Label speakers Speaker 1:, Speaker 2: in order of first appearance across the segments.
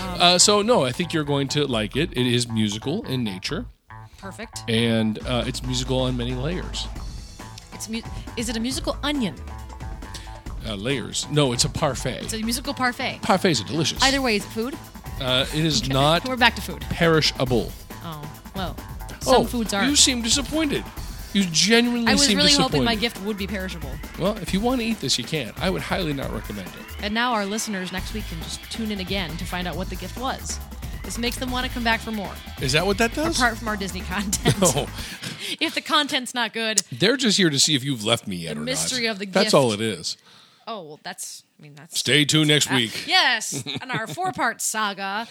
Speaker 1: Uh, so no, I think you're going to like it. It is musical in nature,
Speaker 2: Perfect.
Speaker 1: and uh, it's musical on many layers.
Speaker 2: It's mu- is it a musical onion?
Speaker 1: Uh, layers. No, it's a parfait.
Speaker 2: It's a musical parfait.
Speaker 1: Parfaits are delicious.
Speaker 2: Either way, it's food.
Speaker 1: uh, it is not
Speaker 2: We're back to food.
Speaker 1: perishable.
Speaker 2: Oh well, some
Speaker 1: oh,
Speaker 2: foods are.
Speaker 1: You seem disappointed. You genuinely
Speaker 2: I was
Speaker 1: seem
Speaker 2: really
Speaker 1: disappointed.
Speaker 2: hoping my gift would be perishable.
Speaker 1: Well, if you want to eat this, you can. I would highly not recommend it.
Speaker 2: And now our listeners next week can just tune in again to find out what the gift was. This makes them want to come back for more,
Speaker 1: Is that what that does?
Speaker 2: apart from our Disney content.
Speaker 1: no,
Speaker 2: if the content's not good,
Speaker 1: they're just here to see if you've left me yet
Speaker 2: The
Speaker 1: or
Speaker 2: mystery
Speaker 1: not.
Speaker 2: of the
Speaker 1: That's
Speaker 2: gift.
Speaker 1: all it is.
Speaker 2: oh well, that's. I mean, that's
Speaker 1: Stay tuned next
Speaker 2: Ah,
Speaker 1: week.
Speaker 2: Yes, on our four-part saga.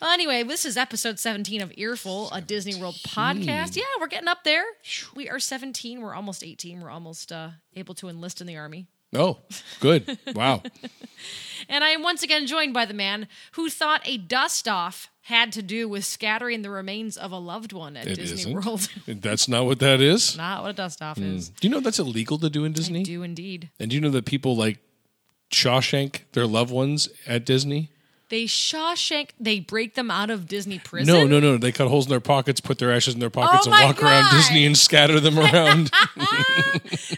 Speaker 2: Well, anyway, this is episode 17 of Earful, a Disney World podcast. Yeah, we're getting up there. We are 17. We're almost 18. We're almost uh, able to enlist in the army.
Speaker 1: Oh, good. Wow.
Speaker 2: And I am once again joined by the man who thought a dust off had to do with scattering the remains of a loved one at
Speaker 1: It
Speaker 2: Disney
Speaker 1: not
Speaker 2: World.
Speaker 1: That's not what that is.
Speaker 2: Not what a dust off is.
Speaker 1: Do you know that's illegal to do in Disney?
Speaker 2: I do indeed.
Speaker 1: And do you know that people like Shawshank their loved ones at Disney?
Speaker 2: They Shawshank. They break them out of Disney prison.
Speaker 1: No, no, no. They cut holes in their pockets, put their ashes in their pockets,
Speaker 2: Oh
Speaker 1: and
Speaker 2: my
Speaker 1: walk around
Speaker 2: God.
Speaker 1: Disney and scatter them around.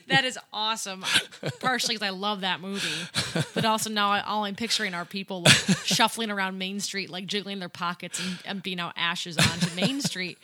Speaker 2: That is awesome. Partially because I love that movie, but also now I- all I'm picturing are people like shuffling around Main Street, like jiggling their pockets and emptying out ashes onto Main Street.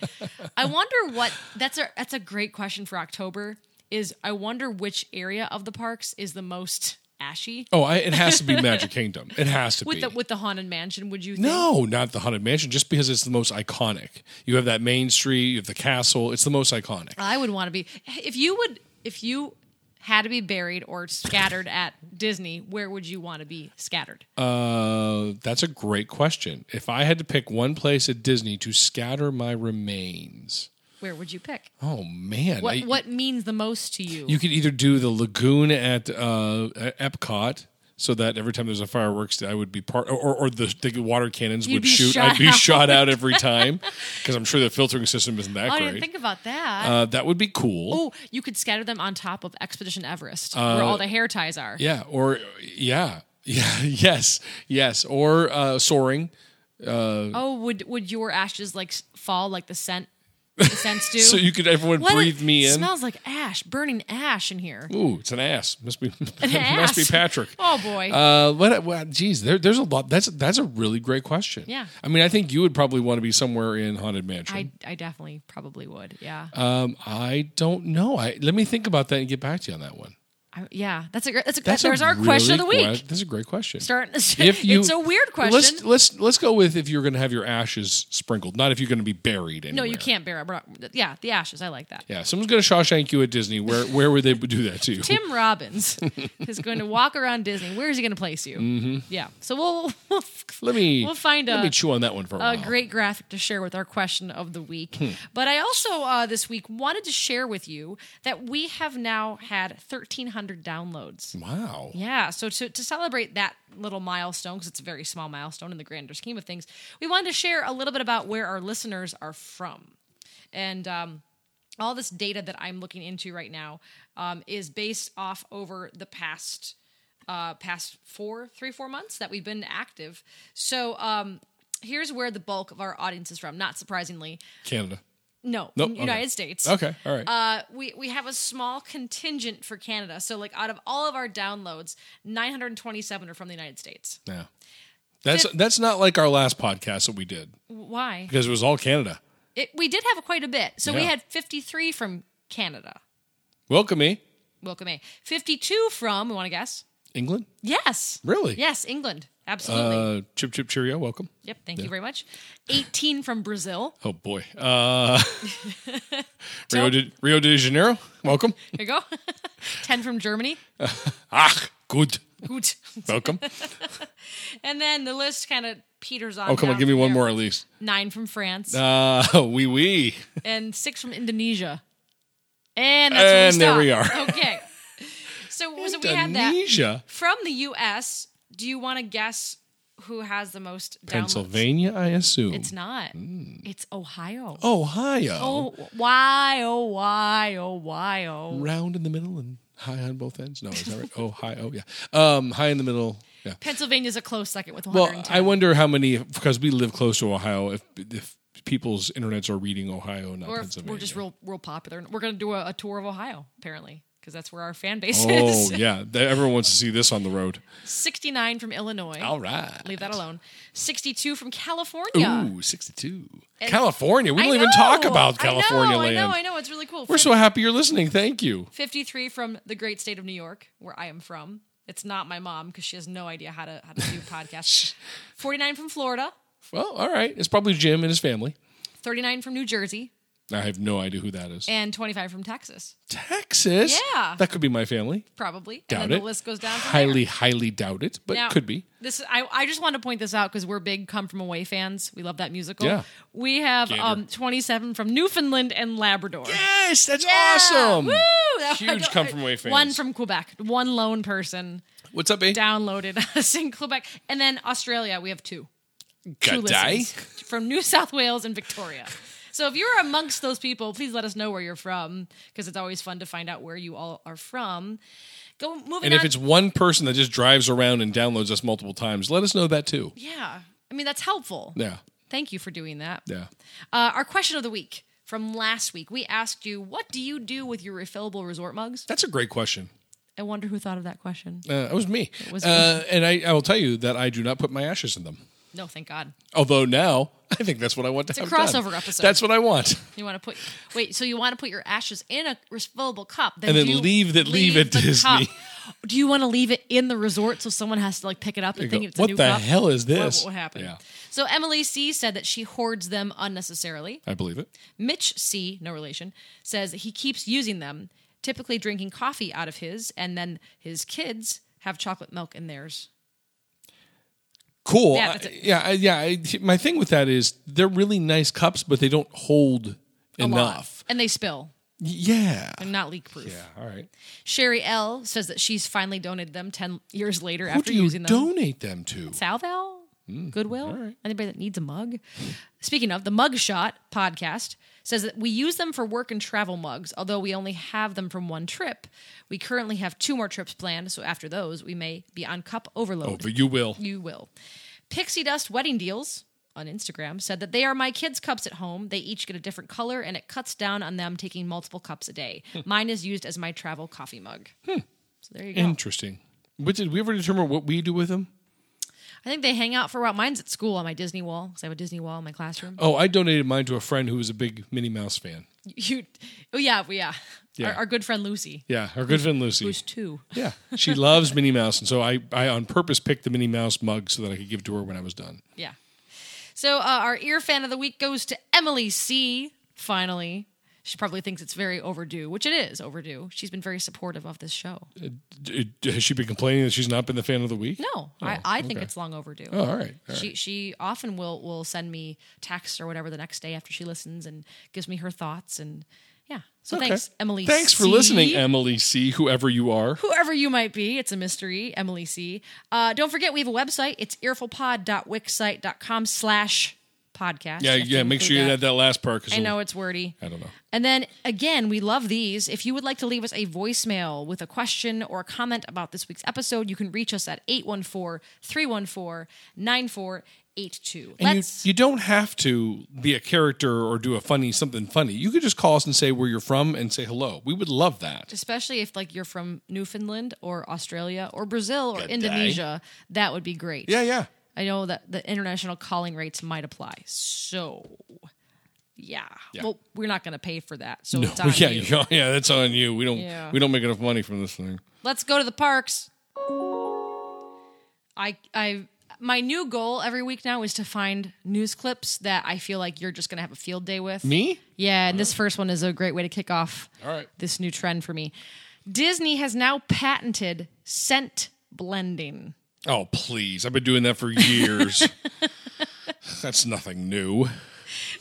Speaker 2: I wonder what that's a that's a great question for October. Is I wonder which area of the parks is the most ashy
Speaker 1: oh, I, it has to be Magic Kingdom. It has to
Speaker 2: with
Speaker 1: be.
Speaker 2: the with the haunted mansion? Would you? think?
Speaker 1: no, not the Haunted Mansion, just because it's the most iconic. You have that main street, you have the castle. It's the most iconic.
Speaker 2: I would want to be if you would if you had to be buried or scattered at Disney. Where would you want to be scattered?
Speaker 1: Uh, that's a great question. If I had to pick one place at Disney to scatter my remains,
Speaker 2: Where would you pick?
Speaker 1: oh man,
Speaker 2: What
Speaker 1: I-
Speaker 2: what means the most to you?
Speaker 1: You could either do the lagoon at uh, at Epcot, so that every time there's a fireworks, I would be part, or, or the, the water cannons
Speaker 2: You'd
Speaker 1: would
Speaker 2: be
Speaker 1: shoot.
Speaker 2: shot
Speaker 1: I'd be
Speaker 2: out.
Speaker 1: shot out every time because I'm sure the filtering system isn't that
Speaker 2: oh, I
Speaker 1: great.
Speaker 2: didn't think about that.
Speaker 1: uh, that would be cool.
Speaker 2: oh, you could scatter them on top of Expedition Everest, where all the hair ties are.
Speaker 1: Uh, Yeah, or yeah, yeah, yes, yes, or uh, soaring.
Speaker 2: Oh, would would your ashes like s- fall like the scent the scents do?
Speaker 1: So you could everyone
Speaker 2: What?
Speaker 1: breathe me
Speaker 2: It
Speaker 1: in.
Speaker 2: Smells like ash, burning ash in here.
Speaker 1: Ooh, it's an ass. Must be
Speaker 2: ass.
Speaker 1: must be Patrick.
Speaker 2: Oh, boy.
Speaker 1: Uh, what? what geez, there, there's a lot. That's that's a really great question.
Speaker 2: Yeah.
Speaker 1: I mean, I think you would probably want to be somewhere in haunted mansion.
Speaker 2: I I definitely probably would. Yeah.
Speaker 1: Um, I don't know. I let me think about that and get back to you on that one.
Speaker 2: I- yeah. That's a gr- that's a
Speaker 1: That's a
Speaker 2: there's our question of the
Speaker 1: really
Speaker 2: week.
Speaker 1: que- that's a great question.
Speaker 2: Start
Speaker 1: if you,
Speaker 2: It's a weird question.
Speaker 1: Let's let's let's go with if you're going to have your ashes sprinkled, not if you're going to be buried.
Speaker 2: no,
Speaker 1: Anywhere.
Speaker 2: you can't bear it. We're not- Yeah, the ashes. I like that.
Speaker 1: Yeah, someone's going to Shawshank you at Disney. Where where would they do that to you?
Speaker 2: Tim Robbins is going to walk around Disney. Where is he going to place you? Mm-hmm. Yeah. So we'll we'll,
Speaker 1: let me
Speaker 2: we'll find
Speaker 1: let
Speaker 2: a-
Speaker 1: me chew on that one for a,
Speaker 2: a
Speaker 1: while.
Speaker 2: great graphic to share with our question of the week. But I also uh, this week wanted to share with you that we have now had thirteen hundred downloads.
Speaker 1: Wow.
Speaker 2: Yeah, so to, to celebrate that little milestone, because it's a very small milestone in the grander scheme of things, we wanted to share a little bit about where our listeners are from. And um, all this data that I'm looking into right now um, is based off over the past uh, past four, three, four months that we've been active. So um, here's where the bulk of our audience is from. Not surprisingly,
Speaker 1: Canada.
Speaker 2: no,
Speaker 1: Nope, okay.
Speaker 2: United States
Speaker 1: Okay. All right.
Speaker 2: uh, we we have a small contingent for Canada. So like out of all of our downloads, 927 are from the United States.
Speaker 1: yeah. That's that's not like our last podcast that we did
Speaker 2: Why?
Speaker 1: because it was all Canada.
Speaker 2: It, we did have quite a bit. So we
Speaker 1: Yeah.
Speaker 2: had 53 from Canada.
Speaker 1: Welcome me,
Speaker 2: Welcome A. 52 from, we want to guess?
Speaker 1: England.
Speaker 2: Yes.
Speaker 1: Really?
Speaker 2: Yes, England. Absolutely.
Speaker 1: Uh, chip chip cheerio. Welcome.
Speaker 2: yep, thank you very much. 18 from Brazil.
Speaker 1: Oh boy. Uh, Rio, de, Rio de Janeiro. Welcome.
Speaker 2: There you go. 10 from Germany.
Speaker 1: Ah, good.
Speaker 2: Good.
Speaker 1: Welcome.
Speaker 2: And then the list kind of peters off.
Speaker 1: Oh, come on,
Speaker 2: down
Speaker 1: give me
Speaker 2: from
Speaker 1: one
Speaker 2: there.
Speaker 1: more at least.
Speaker 2: 9 from France.
Speaker 1: Uh, wee wee.
Speaker 2: and six from Indonesia. And that's where
Speaker 1: And there we
Speaker 2: stop. Okay. So, so we had that
Speaker 1: Indonesia,
Speaker 2: from the U.S. Do you want to guess who has the most downloads?
Speaker 1: Pennsylvania, Hmm. I assume.
Speaker 2: It's not. It's Ohio.
Speaker 1: Ohio.
Speaker 2: Oh, why? Oh, why? Oh, why? Oh.
Speaker 1: Round in the middle and high on both ends. No, is that right? Ohio. Yeah. oh, Um, high in the middle, Yeah.
Speaker 2: Pennsylvania's a close second with
Speaker 1: Well,
Speaker 2: 110.
Speaker 1: I wonder how many because we live close to Ohio. If if people's internets are reading Ohio, not
Speaker 2: or if
Speaker 1: Pennsylvania,
Speaker 2: we're just real, real popular. We're going to do a, a tour of Ohio apparently because that's where our fan base
Speaker 1: Oh
Speaker 2: is.
Speaker 1: yeah, They- everyone wants to see this on the road.
Speaker 2: 69 from Illinois.
Speaker 1: right,
Speaker 2: Leave that alone. 62 from California.
Speaker 1: Ooh, sixty-two. California. We
Speaker 2: I
Speaker 1: don't even talk
Speaker 2: know,
Speaker 1: about
Speaker 2: I
Speaker 1: California
Speaker 2: know,
Speaker 1: land.
Speaker 2: I know. I know. It's really cool.
Speaker 1: We're so happy you're listening. Thank you.
Speaker 2: 53 from the great state of New York, where I am from. It's not my mom because she has no idea how to how to do podcasts. 49 from Florida,
Speaker 1: Well, all right. It's probably Jim and his family.
Speaker 2: 39 from New Jersey,
Speaker 1: I have no idea who that is.
Speaker 2: and 25 from Texas,
Speaker 1: Texas.
Speaker 2: Yeah.
Speaker 1: that could be my family.
Speaker 2: probably.
Speaker 1: Doubt
Speaker 2: and
Speaker 1: it.
Speaker 2: then the list goes down. From
Speaker 1: highly, highly doubt it, but
Speaker 2: Now,
Speaker 1: could be.
Speaker 2: This I, I just want to point this out because we're big Come From Away fans. We love that musical.
Speaker 1: Yeah.
Speaker 2: We have
Speaker 1: Gator.
Speaker 2: um, 27 from Newfoundland and Labrador.
Speaker 1: Yes, that's
Speaker 2: Woo! That- I
Speaker 1: Huge
Speaker 2: don't-
Speaker 1: Come From Away fans.
Speaker 2: One from Quebec. One lone person
Speaker 1: What's up, eh?
Speaker 2: downloaded us in Quebec. And then Australia, we have two. two
Speaker 1: G'day.
Speaker 2: listens from New South Wales and Victoria. So if you're amongst those people, please let us know where you're from because it's always fun to find out where you all are from. Go moving
Speaker 1: And
Speaker 2: on.
Speaker 1: if it's one person that just drives around and downloads us multiple times, let us know that too.
Speaker 2: yeah, I mean that's helpful.
Speaker 1: Yeah,
Speaker 2: Thank you for doing that.
Speaker 1: yeah.
Speaker 2: Uh, our question of the week from last week, we asked you, what do you do with your refillable resort mugs?
Speaker 1: That's a great question.
Speaker 2: I wonder who thought of that question.
Speaker 1: Uh, it was me.
Speaker 2: was
Speaker 1: uh, and I, I will tell you that I do not put my ashes in them.
Speaker 2: No, thank God.
Speaker 1: Although now, I think that's what I want to
Speaker 2: It's
Speaker 1: have
Speaker 2: a crossover
Speaker 1: done.
Speaker 2: episode.
Speaker 1: That's what I want.
Speaker 2: You want to put wait, so you want to put your ashes in a refillable cup, then
Speaker 1: And then
Speaker 2: do
Speaker 1: leave that- leave at
Speaker 2: the
Speaker 1: Disney.
Speaker 2: cup. Do you want to leave it in the resort so someone has to like pick it up and
Speaker 1: go,
Speaker 2: think it's
Speaker 1: "What
Speaker 2: a new
Speaker 1: the
Speaker 2: cup?
Speaker 1: hell is
Speaker 2: What-
Speaker 1: this?"
Speaker 2: What, happened?
Speaker 1: Yeah.
Speaker 2: So Emily C said that she hoards them unnecessarily.
Speaker 1: I believe it.
Speaker 2: Mitch C, no relation, says he keeps using them, typically drinking coffee out of his, and then his kids have chocolate milk in theirs.
Speaker 1: Cool.
Speaker 2: Yeah,
Speaker 1: I-
Speaker 2: that's it.
Speaker 1: yeah, I, yeah. I, my thing with that is they're really nice cups, but they don't hold
Speaker 2: a lot.
Speaker 1: enough.
Speaker 2: And they spill.
Speaker 1: Yeah.
Speaker 2: They're not leak proof.
Speaker 1: Yeah. All right.
Speaker 2: Sherry L says that she's finally donated them 10 years later
Speaker 1: Who
Speaker 2: after
Speaker 1: do you
Speaker 2: using them.
Speaker 1: donate them to?
Speaker 2: Salval,
Speaker 1: Mm,
Speaker 2: Goodwill, anybody that needs a mug. Speaking of, the Mugshot podcast says that we use them for work and travel mugs, although we only have them from one trip. We currently have two more trips planned, so after those, we may be on cup overload.
Speaker 1: Oh, but you will.
Speaker 2: You will. Pixie Dust Wedding Deals on Instagram said that they are my kids' cups at home. They each get a different color, and it cuts down on them taking multiple cups a day.
Speaker 1: Hmm.
Speaker 2: Mine is used as my travel coffee mug. So there you go.
Speaker 1: Interesting. But did we ever determine what we do with them?
Speaker 2: I think they hang out for a while. Mine's at school on my Disney wall because I have a Disney wall in my classroom.
Speaker 1: Oh, I donated mine to a friend who was a big Minnie Mouse fan.
Speaker 2: You, oh yeah, we- yeah.
Speaker 1: Yeah.
Speaker 2: Our, our good friend Lucy,
Speaker 1: Yeah, her good friend Lucy.
Speaker 2: who's two.
Speaker 1: Yeah, she loves Minnie Mouse, and so I, I on purpose picked the Minnie Mouse mug so that I could give it to her when I was done.
Speaker 2: Yeah. So uh, our ear fan of the week goes to Emily C. Finally, she probably thinks it's very overdue, which it is overdue. She's been very supportive of this show.
Speaker 1: D- d- Has she been complaining that she's not been the fan of the week?
Speaker 2: No, I, I think
Speaker 1: Oh, okay.
Speaker 2: it's long overdue.
Speaker 1: Oh, all right. all right.
Speaker 2: She she often will will send me texts or whatever the next day after she listens and gives me her thoughts and yeah. So
Speaker 1: Okay.
Speaker 2: thanks, Emily.
Speaker 1: Thanks for
Speaker 2: C.
Speaker 1: listening, Emily C. Whoever you are.
Speaker 2: whoever you might be. It's a mystery, Emily C. Uh, don't forget, we have a website. It's earfulpod.wixsite.com slash podcast.
Speaker 1: Yeah,
Speaker 2: You have to
Speaker 1: yeah. Make sure you
Speaker 2: include
Speaker 1: add that last part because
Speaker 2: I know it's wordy.
Speaker 1: I don't know.
Speaker 2: And then again, we love these. If you would like to leave us a voicemail with a question or a comment about this week's episode, you can reach us at 814 314 9482.
Speaker 1: And you,
Speaker 2: Let's.
Speaker 1: you don't have to be a character or do a funny something funny. You could just call us and say where you're from and say hello. We would love that.
Speaker 2: Especially if like you're from Newfoundland or Australia or Brazil or
Speaker 1: Good day.
Speaker 2: Indonesia, that would be great.
Speaker 1: Yeah, yeah.
Speaker 2: I know that the international calling rates might apply. So, yeah.
Speaker 1: Yeah.
Speaker 2: Well, we're not going to pay for that. So,
Speaker 1: No,
Speaker 2: it's on
Speaker 1: yeah,
Speaker 2: you.
Speaker 1: yeah, yeah, that's on you. We don't
Speaker 2: Yeah.
Speaker 1: we don't make enough money from this thing.
Speaker 2: Let's go to the parks. I, I, my new goal every week now is to find news clips that I feel like you're just going to have a field day with.
Speaker 1: Me?
Speaker 2: Yeah, and this first one is a great way to kick off
Speaker 1: All right.
Speaker 2: this new trend for me. Disney has now patented scent blending.
Speaker 1: Oh, please. I've been doing that for years. that's nothing new.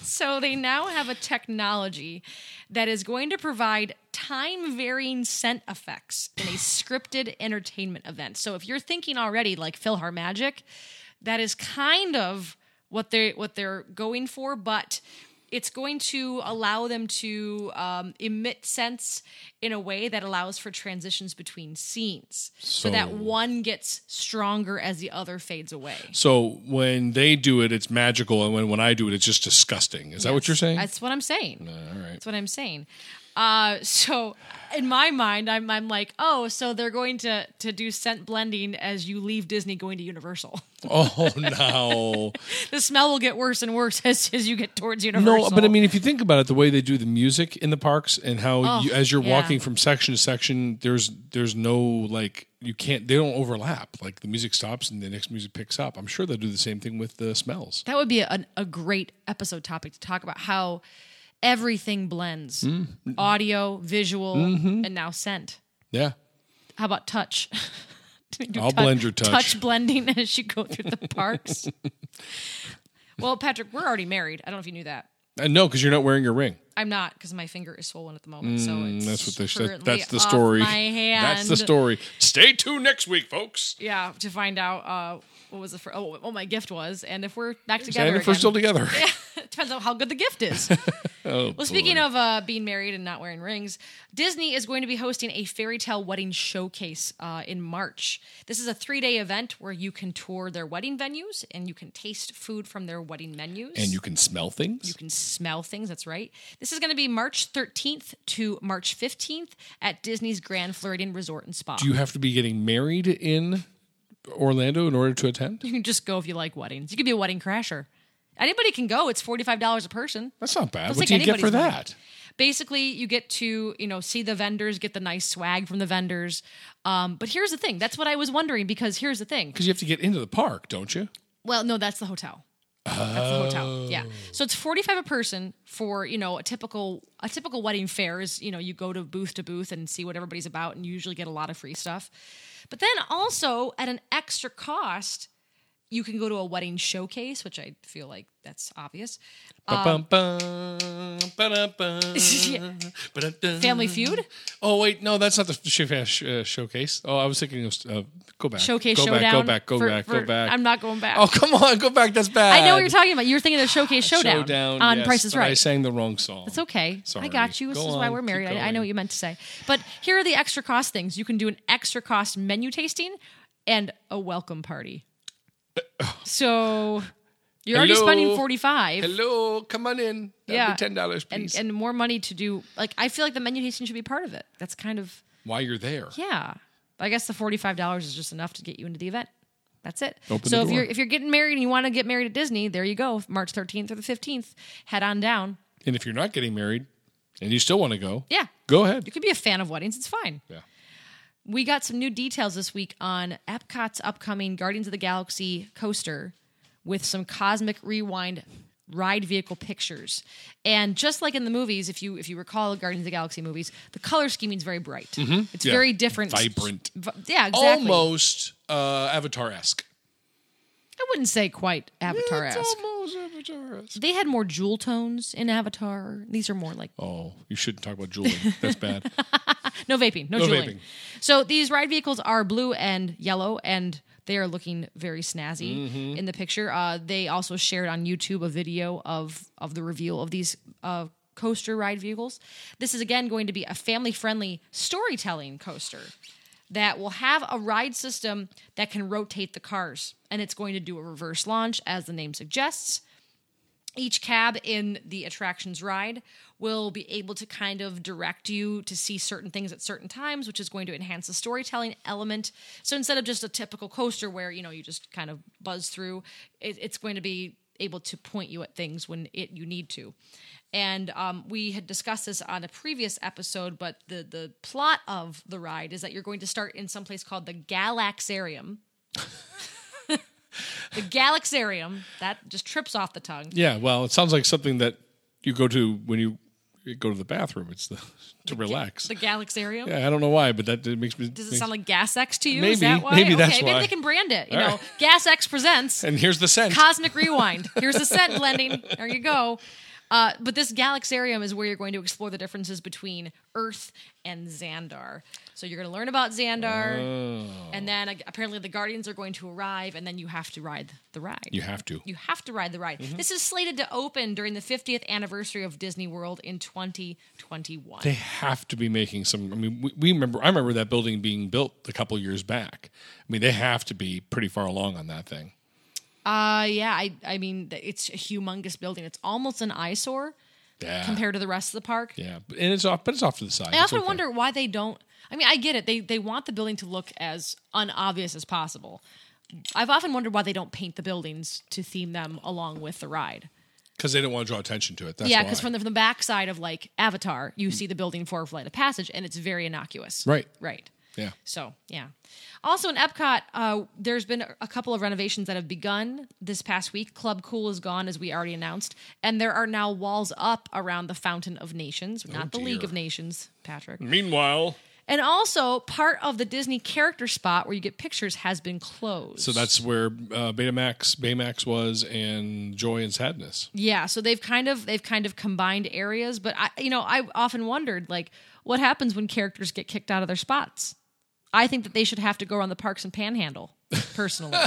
Speaker 2: So they now have a technology that is going to provide time varying scent effects in a scripted entertainment event. So if you're thinking already like Philhar Magic, that is kind of what they what they're going for, but it's going to allow them to um, emit sense in a way that allows for transitions between scenes
Speaker 1: So-
Speaker 2: so, that one gets stronger as the other fades away.
Speaker 1: So when they do it, it's magical, and when, when I do it, it's just disgusting. Is that what you're saying?
Speaker 2: That's what I'm saying.
Speaker 1: All right.
Speaker 2: That's what I'm saying. Uh, so in my mind, I'm I'm like, oh, so they're going to to do scent blending as you leave Disney, going to Universal.
Speaker 1: Oh no,
Speaker 2: the smell will get worse and worse as as you get towards Universal.
Speaker 1: no. But I mean, if you think about it, the way they do the music in the parks and how you, as you're
Speaker 2: Oh, yeah.
Speaker 1: walking from section to section, there's there's no like you can't. They don't overlap. Like the music stops and the next music picks up. I'm sure they'll do the same thing with the smells.
Speaker 2: that would be a, a great episode topic to talk about how everything blends
Speaker 1: Mm.
Speaker 2: audio, visual,
Speaker 1: Mm-hmm.
Speaker 2: and now scent.
Speaker 1: Yeah.
Speaker 2: How about touch? Do
Speaker 1: I'll blend your touch.
Speaker 2: Touch blending as you go through the parks. well, Patrick, we're already married. I don't know if you knew that.
Speaker 1: And Uh, no, because you're not wearing your ring.
Speaker 2: I'm not because my finger is swollen at the moment. so it's
Speaker 1: Mm, That's what they said.
Speaker 2: currently
Speaker 1: That's the
Speaker 2: off
Speaker 1: story.
Speaker 2: My hand.
Speaker 1: That's the story. Stay tuned next week, folks.
Speaker 2: Yeah, to find out uh, what was the fir- oh, what my gift was, and if we're back together
Speaker 1: And
Speaker 2: again.
Speaker 1: if we're still together.
Speaker 2: depends on how good the gift is.
Speaker 1: Oh,
Speaker 2: well, speaking of uh, being married and not wearing rings, Disney is going to be hosting a fairy tale wedding showcase uh, in March. This is a three day event where you can tour their wedding venues and you can taste food from their wedding menus
Speaker 1: And you can smell things.
Speaker 2: you can smell things. That's right. This is going to be March 13th to March 15th at Disney's Grand Floridian Resort and Spa.
Speaker 1: Do you have to be getting married in Orlando in order to attend?
Speaker 2: You can just go if you like weddings. You could be a wedding crasher. Anybody can go. It's $45 a person.
Speaker 1: That's not bad.
Speaker 2: Don't
Speaker 1: What do
Speaker 2: think
Speaker 1: you get for
Speaker 2: anybody's married.
Speaker 1: that?
Speaker 2: Basically, you get to, you know, see the vendors, get the nice swag from the vendors. Um, but here's the thing. That's what I was wondering because here's the thing.
Speaker 1: Because you have to get into the park, don't you?
Speaker 2: Well, no, that's the hotel. That's the
Speaker 1: Oh.
Speaker 2: hotel. Yeah. So it's 45 a person for, you know, a typical a typical wedding fair is, you know, you go to booth to booth and see what everybody's about and you usually get a lot of free stuff. But then also at an extra cost, you can go to a wedding showcase, which I feel like that's obvious.
Speaker 1: Ba-bum-bum, ba-dum-bum,
Speaker 2: Um, Yeah.
Speaker 1: ba-dum-dum.
Speaker 2: Family Feud?
Speaker 1: Oh wait, no, that's not the sh- sh- uh, showcase. Oh, I was thinking. Of, uh, go back.
Speaker 2: Showcase
Speaker 1: go
Speaker 2: showdown.
Speaker 1: Back, go back. Go
Speaker 2: for-
Speaker 1: back.
Speaker 2: for-
Speaker 1: go back.
Speaker 2: I'm not going back.
Speaker 1: Oh come on, go back. That's bad.
Speaker 2: I know what you're talking about. You're thinking of Showcase Showdown, on
Speaker 1: uh, yes,
Speaker 2: Price is
Speaker 1: but I
Speaker 2: Right.
Speaker 1: sang the wrong song.
Speaker 2: It's okay. I
Speaker 1: Sorry.
Speaker 2: got you. This
Speaker 1: Go
Speaker 2: is why
Speaker 1: on.
Speaker 2: we're
Speaker 1: Keep
Speaker 2: married. I, I know
Speaker 1: going.
Speaker 2: what you meant to say. But here are the extra cost things. You can do an extra cost menu tasting and a welcome party. So you're already
Speaker 1: Hello.
Speaker 2: spending 45
Speaker 1: Hello, come on in. That'd
Speaker 2: Yeah.
Speaker 1: be ten dollars,
Speaker 2: and,
Speaker 1: please.
Speaker 2: and more money to do. Like, I feel like the menu tasting should be part of it. That's kind of,
Speaker 1: While you're there,
Speaker 2: yeah. I guess the $45 is just enough to get you into the event. That's it.
Speaker 1: Open
Speaker 2: so
Speaker 1: the
Speaker 2: if you're
Speaker 1: door.
Speaker 2: if you're getting married and you want to get married at Disney, there you go. March 13th or the 15th, head on down.
Speaker 1: and if you're not getting married, and you still want to go,
Speaker 2: Yeah.
Speaker 1: go ahead.
Speaker 2: You could be a fan of weddings. It's fine.
Speaker 1: Yeah.
Speaker 2: We got some new details this week on Epcot's upcoming Guardians of the Galaxy coaster with some cosmic rewind ride vehicle pictures. And just like in the movies, if you if you recall the Guardians of the Galaxy movies, the color scheming is very bright. It's
Speaker 1: Mm-hmm. Yeah.
Speaker 2: very different.
Speaker 1: Vibrant.
Speaker 2: V- yeah, exactly.
Speaker 1: Almost uh, Avatar esque.
Speaker 2: I wouldn't say quite Avatar-esque.
Speaker 1: almost Avatar esque.
Speaker 2: they had more jewel tones in Avatar. These are more like
Speaker 1: Oh, you shouldn't talk about jeweling. That's bad.
Speaker 2: No vaping, no,
Speaker 1: No
Speaker 2: juuling.
Speaker 1: vaping.
Speaker 2: So these ride vehicles are blue and yellow, and they are looking very snazzy in the picture. Uh, they also shared on YouTube a video of of the reveal of these uh, coaster ride vehicles. This is again going to be a family friendly storytelling coaster that will have a ride system that can rotate the cars, and it's going to do a reverse launch, as the name suggests each cab in the attractions ride will be able to kind of direct you to see certain things at certain times which is going to enhance the storytelling element so instead of just a typical coaster where you know you just kind of buzz through it, it's going to be able to point you at things when it you need to and um, we had discussed this on a previous episode but the the plot of the ride is that you're going to start in some place called the galaxarium the galaxarium that just trips off the tongue
Speaker 1: yeah, well, it sounds like something that you go to when you go to the bathroom. It's the, to relax.
Speaker 2: The Galaxarium?
Speaker 1: yeah, I don't know why, but that it makes me.
Speaker 2: Does it sound like Gas X to you?
Speaker 1: Maybe.
Speaker 2: Is that why?
Speaker 1: Maybe
Speaker 2: okay,
Speaker 1: that's
Speaker 2: maybe
Speaker 1: why.
Speaker 2: they can brand it. You
Speaker 1: All
Speaker 2: know,
Speaker 1: right.
Speaker 2: Gas X presents
Speaker 1: and here's the scent.
Speaker 2: Cosmic Rewind. Here's the scent blending. There you go. Uh, but this Galaxarium is where you're going to explore the differences between Earth and Xandar. So you're going to learn about Xandar,
Speaker 1: Oh,
Speaker 2: and then ag- apparently the Guardians are going to arrive, and then you have to ride the ride.
Speaker 1: you Mm-hmm. have to.
Speaker 2: You have to ride the ride. This is slated to open during the 50th anniversary of Disney World in 2021.
Speaker 1: they have to be making some. I mean, we, we remember. I remember that building being built a couple years back. I mean, they have to be pretty far along on that thing.
Speaker 2: Uh, yeah, I, I mean, th- it's a humongous building. It's almost an eyesore
Speaker 1: Yeah,
Speaker 2: compared to the rest of the park.
Speaker 1: yeah, but, and it's off, but it's off to the side.
Speaker 2: I
Speaker 1: It's
Speaker 2: often
Speaker 1: okay.
Speaker 2: wonder why they don't. I mean, I get it. They they want the building to look as unobvious as possible. I've often wondered why they don't paint the buildings to theme them along with the ride.
Speaker 1: because they don't want to draw attention to it. That's
Speaker 2: yeah,
Speaker 1: why. Mm.
Speaker 2: because from the, from the backside of like Avatar, you see the building for Flight of Passage, and it's very innocuous.
Speaker 1: Right.
Speaker 2: Right.
Speaker 1: yeah,
Speaker 2: So, yeah. Also in Epcot, uh, there's been a couple of renovations that have begun this past week. Club Cool is gone, as we already announced, and there are now walls up around the Fountain of Nations, not the
Speaker 1: dear.
Speaker 2: League of Nations, Patrick.
Speaker 1: Meanwhile,
Speaker 2: And also, part of the Disney character spot where you get pictures has been closed.
Speaker 1: so that's where uh, Betamax, Baymax was, and Joy and Sadness.
Speaker 2: yeah. So they've kind of they've kind of combined areas, but I, you know, I often wondered like what happens when characters get kicked out of their spots. I think that they should have to go around the parks and panhandle personally.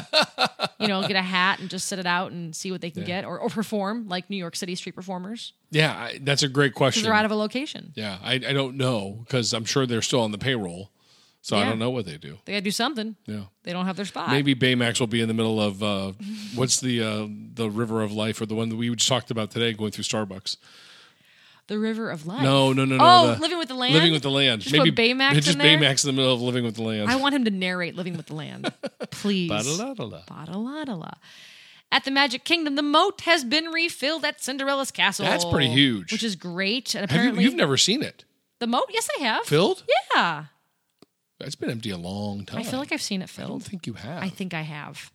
Speaker 2: you know, get a hat and just sit it out and see what they can get, or, or perform like New York City street performers
Speaker 1: Yeah, I, that's a great question.
Speaker 2: because they're out of a location.
Speaker 1: yeah, I, I don't know because I'm sure they're still on the payroll, so I
Speaker 2: Yeah.
Speaker 1: don't know what they do.
Speaker 2: They got to do something.
Speaker 1: Yeah.
Speaker 2: They don't have their spot.
Speaker 1: Maybe Baymax will be in the middle of uh, what's the uh, the river of life or the one that we just talked about today, going through Starbucks.
Speaker 2: The River of Life.
Speaker 1: No, no, no, no.
Speaker 2: Oh,
Speaker 1: the-
Speaker 2: Living with the Land.
Speaker 1: Living with the land.
Speaker 2: Just put Baymax
Speaker 1: Just
Speaker 2: in there?
Speaker 1: Baymax in the middle of Living with the Land.
Speaker 2: I want him to narrate Living with the Land, please.
Speaker 1: Ba-da-da-da-da.
Speaker 2: Ba-da-la-da-la. At the Magic Kingdom, the moat has been refilled at Cinderella's castle.
Speaker 1: That's pretty huge.
Speaker 2: which is great. And
Speaker 1: Have you,
Speaker 2: apparently,
Speaker 1: you've never seen it
Speaker 2: the moat. Yes, I have.
Speaker 1: filled?
Speaker 2: Yeah,
Speaker 1: It's been empty a long time.
Speaker 2: I feel like I've seen it
Speaker 1: I don't
Speaker 2: filled.
Speaker 1: think you have.
Speaker 2: I think I have.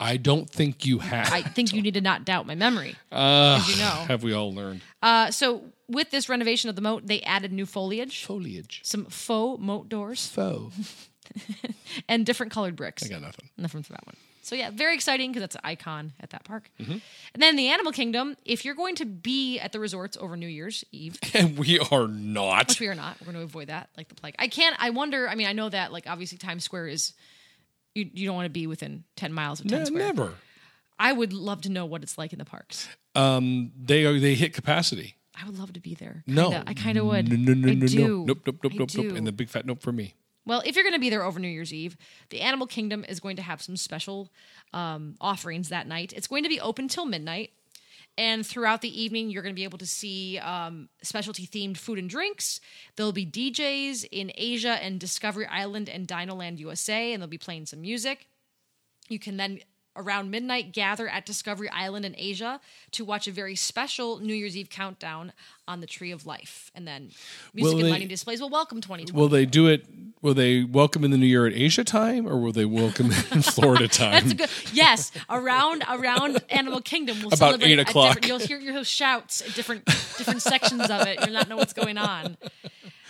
Speaker 1: I don't think you have.
Speaker 2: I think you need to not doubt my memory.
Speaker 1: uh,
Speaker 2: you know.
Speaker 1: Have we all learned
Speaker 2: Uh, so, with this renovation of the moat, they added new foliage,
Speaker 1: foliage?
Speaker 2: some faux moat doors,
Speaker 1: Faux.
Speaker 2: and different colored bricks.
Speaker 1: I got nothing.
Speaker 2: Nothing for that one. So yeah, very exciting because that's an icon at that park.
Speaker 1: Mm-hmm.
Speaker 2: And then the Animal Kingdom, if you're going to be at the resorts over New Year's Eve,
Speaker 1: And we are not.
Speaker 2: which we are not, we're going to avoid that like the plague. I can't. I wonder. I mean, I know that like obviously Times Square is. You, you don't want to be within 10 miles of
Speaker 1: No,
Speaker 2: Times Square.
Speaker 1: never.
Speaker 2: I would love to know what it's like in the parks.
Speaker 1: Um, they are. They hit capacity.
Speaker 2: I would love to be there.
Speaker 1: No,
Speaker 2: Kinda. I kind of would.
Speaker 1: No, no, no,
Speaker 2: I
Speaker 1: no,
Speaker 2: do.
Speaker 1: no. Nope, nope, nope,
Speaker 2: I
Speaker 1: nope, nope.
Speaker 2: do.
Speaker 1: And the big fat nope for me.
Speaker 2: Well, if you're going to be there over New Year's Eve, the Animal Kingdom is going to have some special um, offerings that night. It's going to be open till midnight. And throughout the evening, you're going to be able to see um, specialty themed food and drinks. There'll be DJs in Asia and Discovery Island and Dinoland USA, and they'll be playing some music. You can then around midnight gather at Discovery Island in Asia to watch a very special New Year's Eve countdown on the Tree of Life. And then music
Speaker 1: Will
Speaker 2: and
Speaker 1: they-
Speaker 2: lighting displays will welcome 2020.
Speaker 1: Will they do it? Will they welcome in the new year at Asia time, or will they welcome in Florida time?
Speaker 2: That's a good yes. Around around Animal Kingdom, we'll
Speaker 1: About
Speaker 2: celebrate
Speaker 1: eight
Speaker 2: at
Speaker 1: o'clock.
Speaker 2: different- You'll hear you'll hear shouts at different different sections of it. You'll not know what's going on.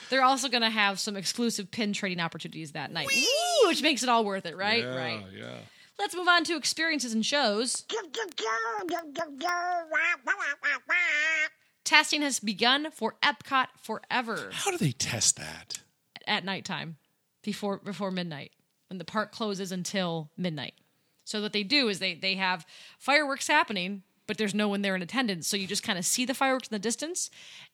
Speaker 2: They're also going to have some exclusive pin trading opportunities that night, Woo! which makes it all worth it, right?
Speaker 1: yeah,
Speaker 2: Right.
Speaker 1: Yeah.
Speaker 2: Let's move on to experiences and shows. Testing has begun for Epcot Forever
Speaker 1: How do they test that?
Speaker 2: at nighttime before before midnight when the park closes until midnight so what they do is they they have fireworks happening but there's no one there in attendance so you just kind of see the fireworks in the distance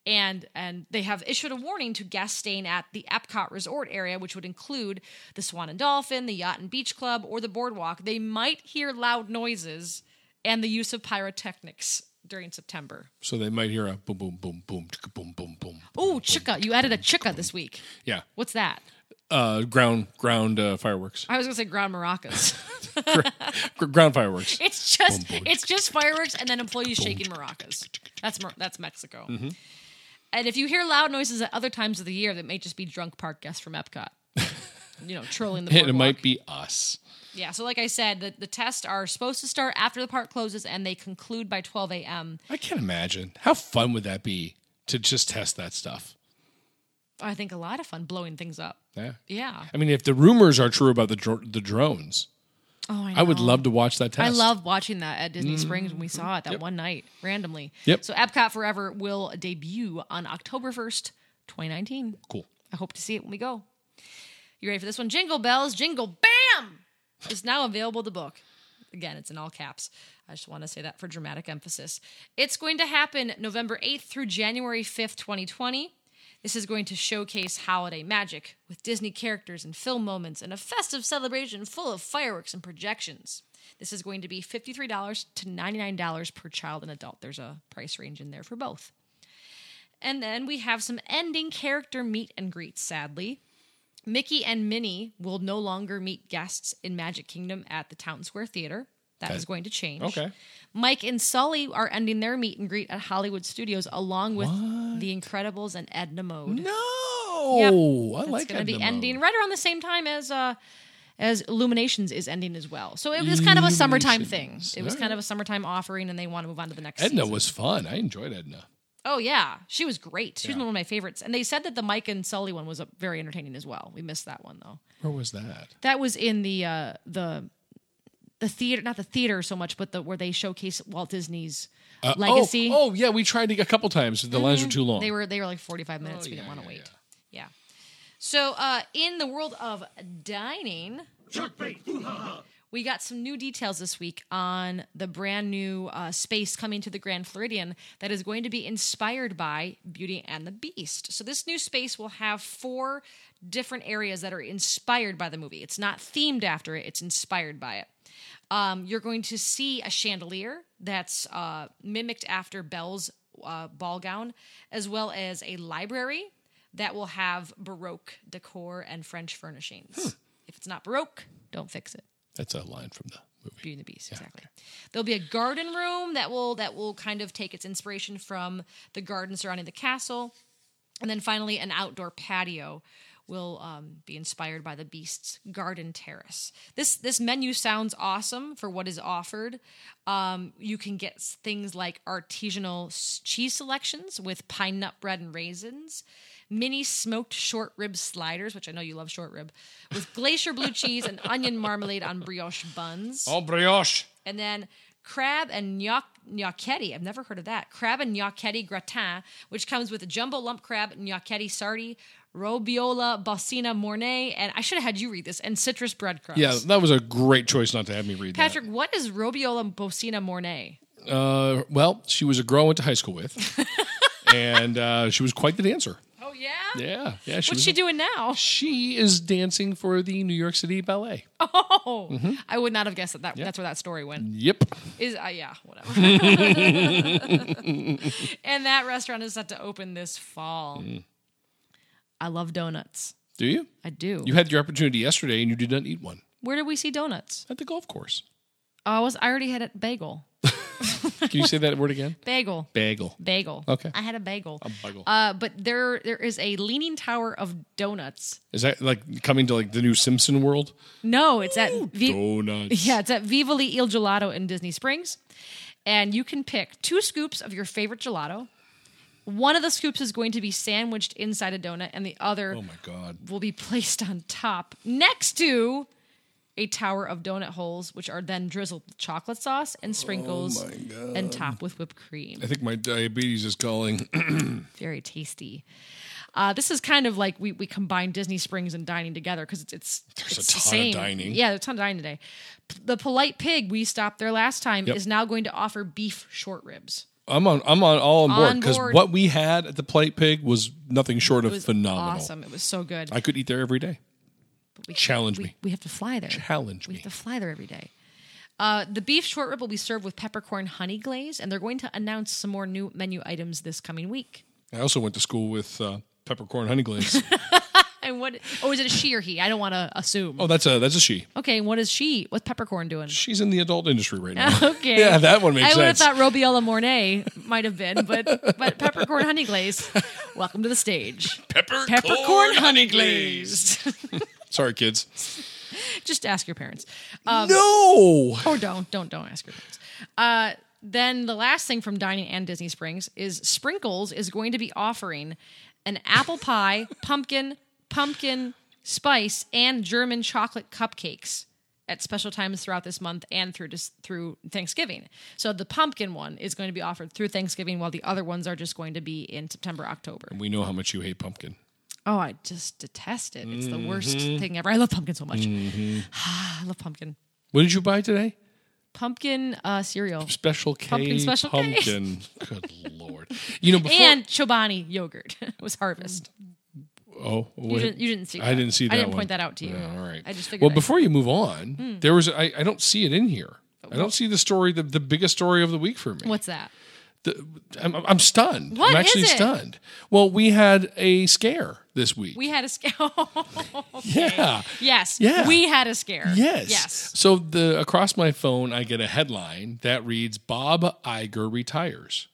Speaker 2: and and they have issued a warning to guests staying at the epcot resort area which would include the swan and dolphin the yacht and beach club or the boardwalk they might hear loud noises and the use of pyrotechnics during september
Speaker 1: So they might hear a boom, boom, boom, boom, chicka, boom, boom, boom.
Speaker 2: oh chica you added a chica this week
Speaker 1: Yeah,
Speaker 2: what's that
Speaker 1: uh, ground ground uh, fireworks,
Speaker 2: i was going to say ground maracas
Speaker 1: Gr- ground fireworks.
Speaker 2: It's just
Speaker 1: Boom, boom.
Speaker 2: it's just fireworks and then employees shaking maracas. That's Mer- that's Mexico.
Speaker 1: Mm-hmm.
Speaker 2: And if you hear loud noises at other times of the year, that may just be drunk park guests from Epcot. you know, trolling the
Speaker 1: And
Speaker 2: boardwalk.
Speaker 1: it might be us.
Speaker 2: Yeah. So, like I said, the, the tests are supposed to start after the park closes, and they conclude by 12 a.m.
Speaker 1: I can't imagine how fun would that be to just test that stuff.
Speaker 2: I think a lot of fun blowing things up.
Speaker 1: Yeah.
Speaker 2: Yeah.
Speaker 1: I mean, if the rumors are true about the dr- the drones,
Speaker 2: Oh, I,
Speaker 1: I would
Speaker 2: know.
Speaker 1: love to watch that test.
Speaker 2: I love watching that at Disney Springs when we saw it that one night randomly.
Speaker 1: Yep.
Speaker 2: So Epcot Forever will debut on October 1st, 2019.
Speaker 1: cool.
Speaker 2: I hope to see it when we go. You ready for this one? Jingle Bells, Jingle Bam is now available to book. Again, it's in all caps. I just want to say that for dramatic emphasis. It's going to happen November 8th through January 5th, 2020. This is going to showcase holiday magic with Disney characters and film moments and a festive celebration full of fireworks and projections. This is going to be $53 to $99 per child and adult. There's a price range in there for both. And then we have some ending character meet and greets, sadly. Mickey and Minnie will no longer meet guests in Magic Kingdom at the Town Square Theater. That is going to change.
Speaker 1: Okay.
Speaker 2: Mike and Sully are ending their meet and greet at Hollywood Studios along with The Incredibles and Edna Mode.
Speaker 1: No, I
Speaker 2: That's
Speaker 1: like
Speaker 2: going to
Speaker 1: Edna
Speaker 2: be
Speaker 1: Mode.
Speaker 2: ending right around the same time as uh as Illuminations is ending as well. So it was kind of a summertime thing.
Speaker 1: Illuminations.
Speaker 2: It was
Speaker 1: All
Speaker 2: kind of a summertime offering and they want to move on to the next
Speaker 1: Edna
Speaker 2: season.
Speaker 1: was fun. I enjoyed Edna.
Speaker 2: Oh yeah, she was great. She was one of my favorites. And they said that the Mike and Sully one was uh, very entertaining as well. We missed that one though.
Speaker 1: Where was that?
Speaker 2: That was in the uh, the the theater, not the theater so much, but the where they showcase Walt Disney's
Speaker 1: Uh, oh,
Speaker 2: legacy. Mm-hmm.
Speaker 1: Oh, yeah, we tried to- a couple times. The lines were too long.
Speaker 2: They were they were like forty five minutes.
Speaker 1: Oh,
Speaker 2: we
Speaker 1: yeah,
Speaker 2: didn't want to
Speaker 1: yeah,
Speaker 2: wait. Yeah. So uh, in the world of dining, we got some new details this week on the brand new uh, space coming to the Grand Floridian that is going to be inspired by Beauty and the Beast. So this new space will have four different areas that are inspired by the movie. It's not themed after it; it's inspired by it. Um, you're going to see a chandelier that's uh, mimicked after Belle's uh, ball gown, as well as a library that will have Baroque decor and French furnishings. If it's not Baroque, don't fix it.
Speaker 1: That's a line from the movie.
Speaker 2: Beauty and the Beast, exactly. There'll be a garden room that will that will kind of take its inspiration from the garden surrounding the castle, and then finally an outdoor patio will um, be inspired by the Beast's garden terrace. This this menu sounds awesome for what is offered. Um, you can get s- things like artisanal s- cheese selections with pine nut bread and raisins. Mini smoked short rib sliders, which I know you love short rib, with glacier blue cheese and onion marmalade on brioche buns.
Speaker 1: Oh, brioche.
Speaker 2: And then crab and gnoc- gnocchetti. I've never heard of that. Crab and gnocchetti gratin, which comes with a jumbo lump crab, gnocchetti sardi, robiola balsina mornay, and I should have had you read this, and citrus breadcrumbs.
Speaker 1: Yeah, that was a great choice not to have me read
Speaker 2: Patrick, what is robiola balsina mornay?
Speaker 1: that. Uh, well, she was a girl I went to high school with, and uh, she was quite the dancer.
Speaker 2: Oh, yeah?
Speaker 1: Yeah, yeah. She
Speaker 2: What's
Speaker 1: was
Speaker 2: she doing now?
Speaker 1: She is dancing for the New York City Ballet.
Speaker 2: Oh,
Speaker 1: Mm-hmm.
Speaker 2: I would not have guessed that, that that's where that story went.
Speaker 1: Yep.
Speaker 2: Is uh, yeah, whatever. and that restaurant is set to open this fall.
Speaker 1: Mm.
Speaker 2: I love donuts.
Speaker 1: Do you?
Speaker 2: I do.
Speaker 1: You had your opportunity yesterday, and you did not eat one
Speaker 2: Where did we see donuts?
Speaker 1: at the golf course.
Speaker 2: Oh, I was I already had a bagel.
Speaker 1: Can you say that word again?
Speaker 2: Bagel.
Speaker 1: Bagel.
Speaker 2: Bagel.
Speaker 1: Okay.
Speaker 2: I had a bagel.
Speaker 1: bagel.
Speaker 2: Uh, but there there is a leaning tower of donuts.
Speaker 1: Is that like coming to like the new Simpson world?
Speaker 2: No, it's at Vi-
Speaker 1: Donuts.
Speaker 2: yeah, it's at Vivoli Il Gelato in Disney Springs, and you can pick two scoops of your favorite gelato. One of the scoops is going to be sandwiched inside a donut, and the other
Speaker 1: Oh my god.
Speaker 2: will be placed on top next to a tower of donut holes, which are then drizzled with chocolate sauce and sprinkles
Speaker 1: Oh
Speaker 2: and topped with whipped cream.
Speaker 1: I think my diabetes is calling.
Speaker 2: Very tasty. Uh, this is kind of like we, we combine Disney Springs and dining together because it's, it's,
Speaker 1: There's a
Speaker 2: it's the
Speaker 1: ton of
Speaker 2: same.
Speaker 1: dining.
Speaker 2: Yeah, there's a ton of dining today. P- the Polite Pig, we stopped there last time,
Speaker 1: Yep.
Speaker 2: is now going to offer beef short ribs.
Speaker 1: I'm on. I'm on all on board
Speaker 2: On
Speaker 1: because
Speaker 2: board.
Speaker 1: what we had at the Plate Pig was nothing short of
Speaker 2: It was
Speaker 1: phenomenal.
Speaker 2: awesome. It was so good.
Speaker 1: I could eat there every day.
Speaker 2: we-
Speaker 1: Challenge
Speaker 2: we,
Speaker 1: me.
Speaker 2: We have to fly there.
Speaker 1: Challenge
Speaker 2: we
Speaker 1: me.
Speaker 2: have to fly there every day. Uh, the beef short rib will be served with peppercorn honey glaze, and they're going to announce some more new menu items this coming week.
Speaker 1: I also went to school with uh, peppercorn honey glaze.
Speaker 2: And what? Oh, is it a she or he? I don't want to assume.
Speaker 1: oh, that's a that's a she.
Speaker 2: Okay, and what is she? What's peppercorn doing?
Speaker 1: She's in the adult industry right now.
Speaker 2: Okay.
Speaker 1: yeah, that one makes
Speaker 2: I would have
Speaker 1: sense.
Speaker 2: thought Robiola Mornay might have been, but but peppercorn honey glaze. Welcome to the stage.
Speaker 1: peppercorn, Sorry, kids.
Speaker 2: Just ask your parents.
Speaker 1: no.
Speaker 2: or don't don't don't ask your parents. Uh, then the last thing from dining and Disney Springs is Sprinkles is going to be offering an apple pie, pumpkin, pumpkin spice, and German chocolate cupcakes at special times throughout this month and through dis- through Thanksgiving. So the pumpkin one is going to be offered through Thanksgiving, while the other ones are just going to be in September, October.
Speaker 1: We know how much you hate pumpkin.
Speaker 2: Oh, I just detest it. It's the worst thing ever. I love pumpkin so much. I love pumpkin.
Speaker 1: What did you buy today?
Speaker 2: Pumpkin uh, cereal
Speaker 1: Special K
Speaker 2: Pumpkin Special K.
Speaker 1: pumpkin. Good lord! You know before.
Speaker 2: and Chobani yogurt was harvest.
Speaker 1: oh,
Speaker 2: You
Speaker 1: what-
Speaker 2: didn't, you didn't see.
Speaker 1: I didn't see that.
Speaker 2: I didn't
Speaker 1: one.
Speaker 2: point that out to you.
Speaker 1: Yeah, all right.
Speaker 2: I just figured.
Speaker 1: Well,
Speaker 2: I- Hmm.
Speaker 1: before you move on, there was I, I don't see it in here.
Speaker 2: Oh,
Speaker 1: I don't see the story, the, the biggest story of the week for me.
Speaker 2: what's that?
Speaker 1: The- I'm, I'm stunned.
Speaker 2: What
Speaker 1: I'm
Speaker 2: is
Speaker 1: actually
Speaker 2: it?
Speaker 1: stunned. Well, we had a scare this week.
Speaker 2: We had a scare. okay.
Speaker 1: yeah.
Speaker 2: Yes.
Speaker 1: Yeah.
Speaker 2: We had a scare.
Speaker 1: Yes.
Speaker 2: Yes.
Speaker 1: So the across my phone, I get a headline that reads Bob Iger retires.